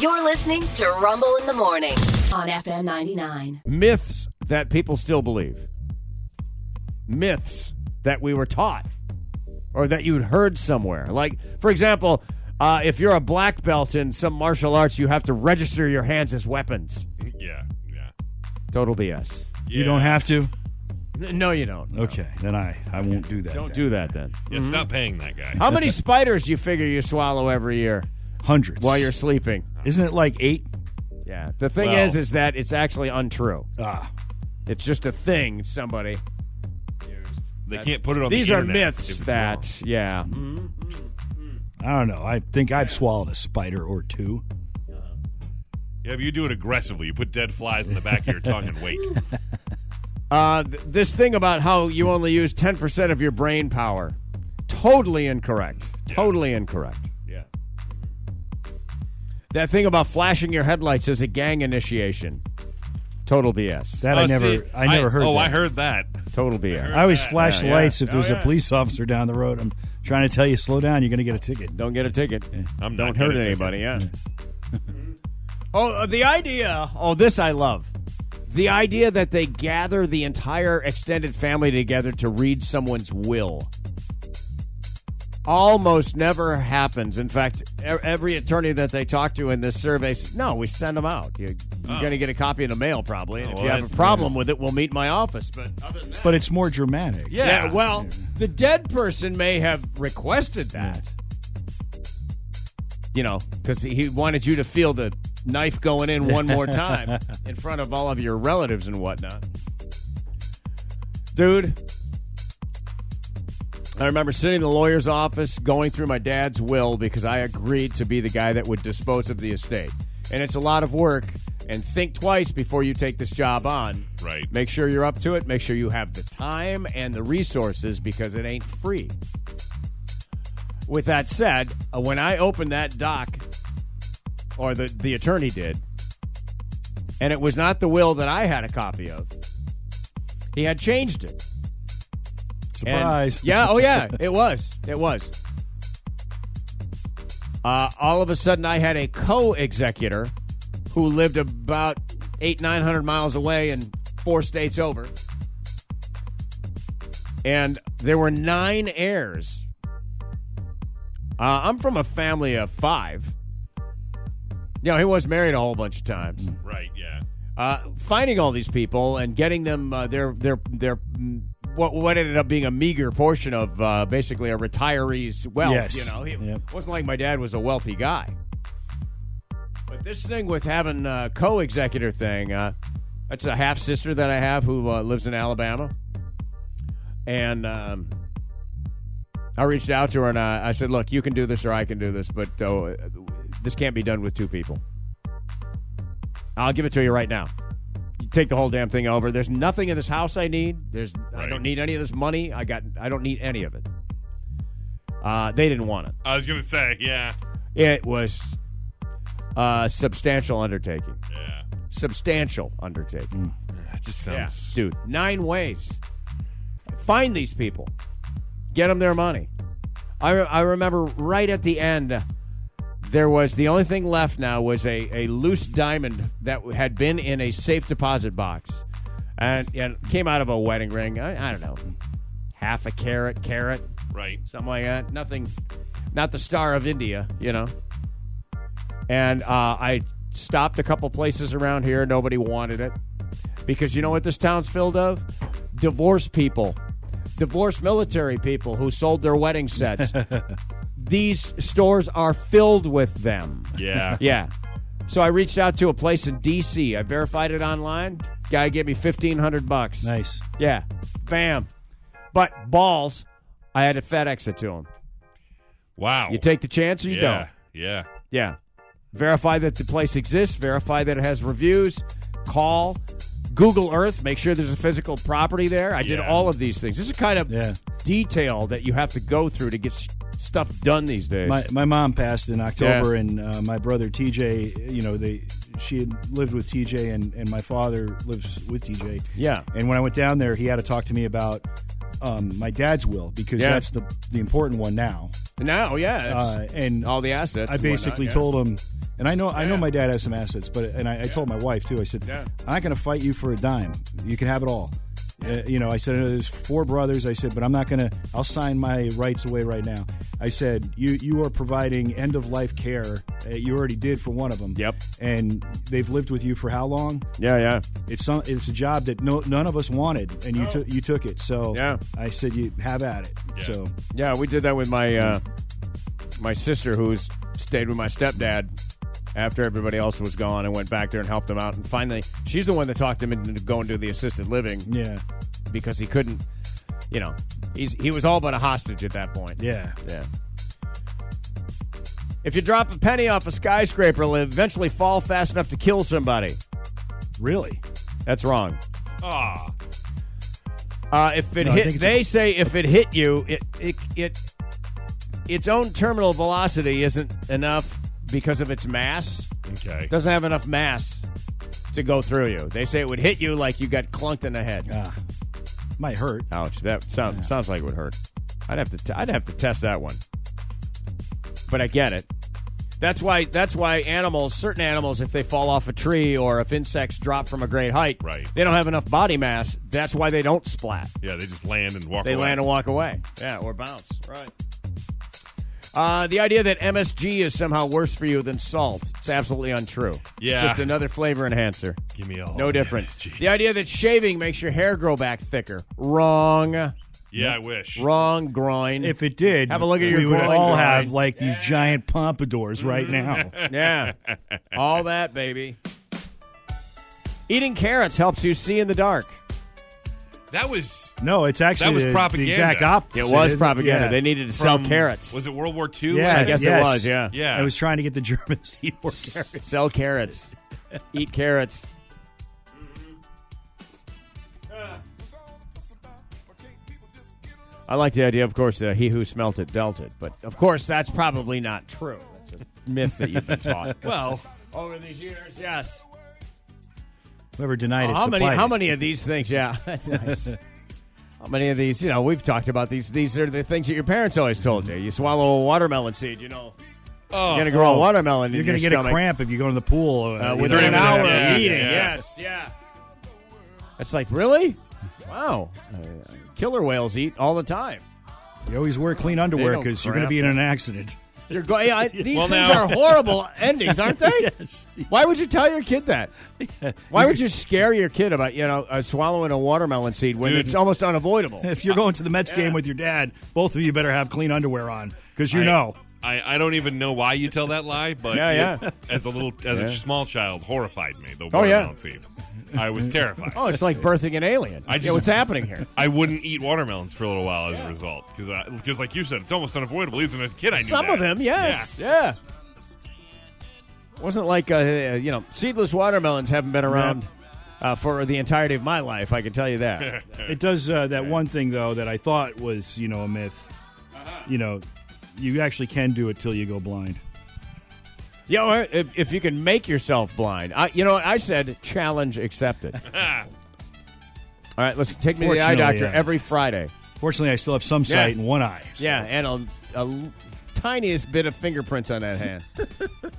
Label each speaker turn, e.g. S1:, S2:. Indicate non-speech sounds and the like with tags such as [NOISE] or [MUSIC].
S1: You're listening to Rumble in the Morning on FM 99.
S2: myths that people still believe, myths that we were taught or that you'd heard somewhere. Like, for example, uh, if you're a black belt in some martial arts, you have to register your hands as weapons.
S3: Yeah, yeah.
S2: Total BS.
S3: yeah.
S4: You don't have to.
S2: N- No, you don't.
S4: Okay, then I I won't do that.
S2: Don't do that then.
S3: Yeah, stop paying that guy.
S2: How many spiders do you figure you swallow every year
S4: hundreds
S2: while you're sleeping?
S4: Isn't it like eight?
S2: Yeah. The thing
S4: Well-
S2: is, is that it's actually untrue.
S4: Ah,
S2: It's just a thing somebody.
S3: They can't put it on.
S2: These
S3: the
S2: are
S3: internet if
S2: myths
S3: it's
S2: that,
S3: wrong.
S2: yeah.
S4: I don't know. I think I've swallowed a spider or two.
S3: Yeah, but you do it aggressively. You put dead flies in the back of your tongue and
S2: [LAUGHS]
S3: wait.
S2: Uh, th- this thing about how you only use 10% of your brain power. Totally incorrect. Totally incorrect.
S3: Yeah.
S2: That thing about flashing your headlights is a gang initiation. Total BS.
S4: That I
S3: Oh,
S4: never
S3: see,
S4: I never heard.
S3: Oh,
S4: that.
S3: I heard that.
S2: Total BS.
S4: I always flash
S2: Yeah, yeah.
S4: lights if there's
S3: yeah.
S4: a police officer down the road. I'm trying to tell you, slow down. You're going to get a ticket.
S2: Don't get a ticket.
S3: I'm
S2: Don't
S3: not
S2: hurt
S3: gonna take
S2: anybody. Yeah. [LAUGHS] oh, uh, the idea. Oh, this I love. The idea that they gather the entire extended family together to read someone's will almost never happens. In fact, e- every attorney that they talk to in this survey says, no, we send them out. You, you're going to get a copy in the mail probably. And if
S3: well,
S2: you have a
S3: that-
S2: problem with it, Oh. we'll meet in my office. But
S4: But it's more dramatic.
S2: yeah. well, the dead person may have requested that. You know, because he he wanted you to feel the knife going in one more time in front of all of your relatives and whatnot. Dude, I remember sitting in the lawyer's office going through my dad's will because I agreed to be the guy that would dispose of the estate. And it's a lot of work, and think twice before you take this job on.
S3: Right.
S2: Make sure you're up to it. Make sure you have the time and the resources because it ain't free. With that said, uh, when I opened that doc, or the, the attorney did, and it was not the will that I had a copy of, he had changed it. And-
S4: Surprise.
S2: yeah, oh yeah, it was. It was. Uh, all of a sudden, I had a co-executor who lived about eight, nine hundred miles away and four states over, and there were nine heirs. Uh, I'm from a family of five. You know, he was married a whole bunch of times
S3: Right. Yeah.
S2: uh, finding all these people and getting them uh, their their their mm, what what ended up being a meager portion of uh, basically a retiree's wealth.
S4: Yes.
S2: You know, it
S4: Yep.
S2: wasn't like my dad was a wealthy guy. But this thing with having a co-executor thing, uh, that's a half sister that I have who uh, lives in Alabama, and. Um, I reached out to her and I, I said, "Look, you can do this or I can do this, but uh, this can't be done with two people. I'll give it to you right now. You take the whole damn thing over. There's nothing in this house I need. There's I
S3: Right.
S2: don't need any of this money. I got I don't need any of it. Uh, they didn't want it.
S3: I was gonna say. Yeah.
S2: It was a substantial undertaking.
S3: Yeah.
S2: Substantial undertaking.
S3: That just
S2: Yeah,
S3: sounds.
S2: dude, nine ways. Find these people, get them their money. I, re- I remember right at the end, there was the only thing left now was a, a loose diamond that w- had been in a safe deposit box and, and came out of a wedding ring. I, I don't know, half a carat, carat,
S3: Right.
S2: something like that. Nothing, not the star of India, you know. And uh, I stopped a couple places around here. Nobody wanted it because you know what this town's filled of? Divorce people, divorced military people who sold their wedding sets. These stores are filled with them.
S3: Yeah.
S2: [LAUGHS] Yeah. So I reached out to a place in D.C. I verified it online. Guy gave me fifteen hundred bucks.
S4: Nice.
S2: Yeah. Bam. But balls, I had to FedEx it to him.
S3: Wow.
S2: You take the chance or you
S3: Yeah.
S2: don't.
S3: Yeah.
S2: Yeah. Verify that the place exists, verify that it has reviews, call, Google Earth, make sure there's a physical property there. I did
S3: Yeah.
S2: all of these things. This is kind of
S4: Yeah.
S2: detail that you have to go through to get s- stuff done these days.
S4: My my mom passed in October,
S2: Yeah.
S4: and uh, my brother TJ. You know, they she had lived with TJ, and and my father lives with TJ.
S2: Yeah.
S4: And when I went down there, he had to talk to me about um, my dad's will because
S2: Yeah.
S4: that's the the important one now.
S2: now, yeah. it's
S4: Uh, and
S2: all the assets.
S4: I
S2: and whatnot,
S4: basically
S2: yeah.
S4: told him, And I know I know
S3: Yeah.
S4: my dad has some assets, but and I, I told my wife too. I said,
S3: Yeah.
S4: I'm not going to fight you for a dime. You can have it all. Uh, you know, I said I know there's four brothers. I said, but I'm not going to. I'll sign my rights away right now. I said, you you are providing end of life care. Uh, you already did for one of them.
S2: Yep.
S4: And they've lived with you for how long?
S2: Yeah, yeah.
S4: It's some. It's a job that no none of us wanted, and you took you took it. So
S2: Yeah.
S4: I said, you have at it.
S3: Yeah.
S4: So
S2: Yeah, we did that with my uh, my sister, who's stayed with my stepdad after everybody else was gone, and went back there and helped him out. And finally, she's the one that talked him into going to the assisted living
S4: yeah,
S2: because he couldn't, you know, he's he was all but a hostage at that point.
S4: yeah.
S2: yeah. If you drop a penny off a skyscraper, it'll eventually fall fast enough to kill somebody.
S4: Really?
S2: That's wrong.
S3: Ah,
S2: Uh, if it
S4: No, I think
S2: hit,
S4: it's
S2: they say if it hit you, it, it it its own terminal velocity isn't enough because of its mass.
S3: okay.
S2: It doesn't have enough mass to go through you. They say it would hit you like you got clunked in the head.
S4: Ah, might hurt.
S2: Ouch! That sounds sounds like it would hurt. I'd have to t- I'd have to test that one. But I get it. That's why that's why animals, certain animals, if they fall off a tree or if insects drop from a great height,
S3: Right.
S2: they don't have enough body mass. That's why they don't splat.
S3: yeah, they just land and walk
S2: They
S3: away.
S2: land and walk away. Yeah, or bounce. Right. Uh, the idea that MSG is somehow worse for you than salt, it's absolutely untrue.
S3: Yeah.
S2: It's just another flavor enhancer.
S3: Give me all
S2: No
S3: the
S2: difference.
S3: MSG.
S2: The idea that shaving makes your hair grow back thicker. Wrong.
S3: Yeah, I wish.
S2: Wrong groin.
S4: If it did,
S2: Have a look at your
S4: we would
S2: groin
S4: all
S2: line.
S4: have like these giant pompadours
S2: [LAUGHS]
S4: right now.
S2: [LAUGHS] yeah. All that, baby. Eating carrots helps you see in the dark.
S3: That was
S4: No, it's actually
S3: That was
S4: the- the
S3: propaganda.
S4: exact opposite.
S2: It was
S4: isn't
S2: propaganda.
S4: Yeah.
S2: They needed to sell
S3: from-
S2: carrots.
S3: Was it World War II?
S4: Yeah,
S2: I guess
S4: yes.
S2: it was, yeah.
S3: Yeah.
S4: I was trying to get the [LAUGHS] Germans to eat more carrots.
S2: Sell carrots. Eat carrots. I like the idea, of course, uh, he who smelt it dealt it. But, of course, that's probably not true. That's a myth that you've been [LAUGHS] taught
S3: Well,
S2: over these years. Yes.
S4: Whoever denied it,
S2: how many?
S4: supplied
S2: How
S4: it.
S2: many of these things? Yeah. [LAUGHS] How many of these? You know, we've talked about these. These are the things that your parents always told you. You swallow a watermelon seed. You know,
S3: [LAUGHS] oh,
S2: you're gonna grow a watermelon.
S4: You're
S2: in your
S4: gonna get
S2: stomach.
S4: a cramp if you go in the pool
S2: uh,
S4: you
S2: within
S4: know,
S2: an
S3: minutes
S2: hour of
S3: after.
S2: eating.
S3: Yeah.
S2: Yes, yeah. It's like really, wow. Uh, killer whales eat all the time.
S4: You always wear clean
S2: They
S4: underwear
S2: don't
S4: because you're gonna
S2: cramp.
S4: be in an accident. [LAUGHS]
S2: You're going.
S3: [LAUGHS]
S2: I, these
S3: Well,
S2: things
S3: now-
S2: are horrible [LAUGHS] endings, aren't they?
S3: [LAUGHS]
S4: Yes.
S2: Why would you tell your kid that? Why would you scare your kid about you know uh, swallowing a watermelon seed when
S3: Dude.
S2: it's almost unavoidable?
S3: [LAUGHS]
S4: If you're going to the Mets game with your dad, both of you better have clean underwear on because you
S3: I-
S4: know.
S3: I, I don't even know why you tell that lie, but
S2: Yeah, yeah.
S3: it- as a little as a small child, horrified me. The
S2: Oh, yeah.
S3: watermelon seed. I
S2: [LAUGHS]
S3: was terrified.
S2: Oh, it's like birthing an alien. I
S3: I just-
S2: know what's happening here.
S3: I wouldn't eat watermelons for a little while as a result, because because like you said, it's almost unavoidable. Even as a kid, I knew
S2: Some of
S3: that.
S2: them, yes, yeah. Wasn't like uh, uh, you know, seedless watermelons haven't been around uh, for the entirety of my life. I can tell you that.
S4: It does uh, that one thing though that I thought was you know a myth. You know, you actually can do it till you go blind.
S2: you know, if, if you can make yourself blind, I, you know, what I said challenge
S4: [LAUGHS]
S2: accepted. All
S3: [LAUGHS] Ah,
S2: right, let's take me to the eye
S4: Fortunately,
S2: doctor
S4: yeah.
S2: every Friday.
S4: Fortunately, I still have some sight and one eye. so-
S2: Yeah, and a, a l- tiniest bit of fingerprints on that hand.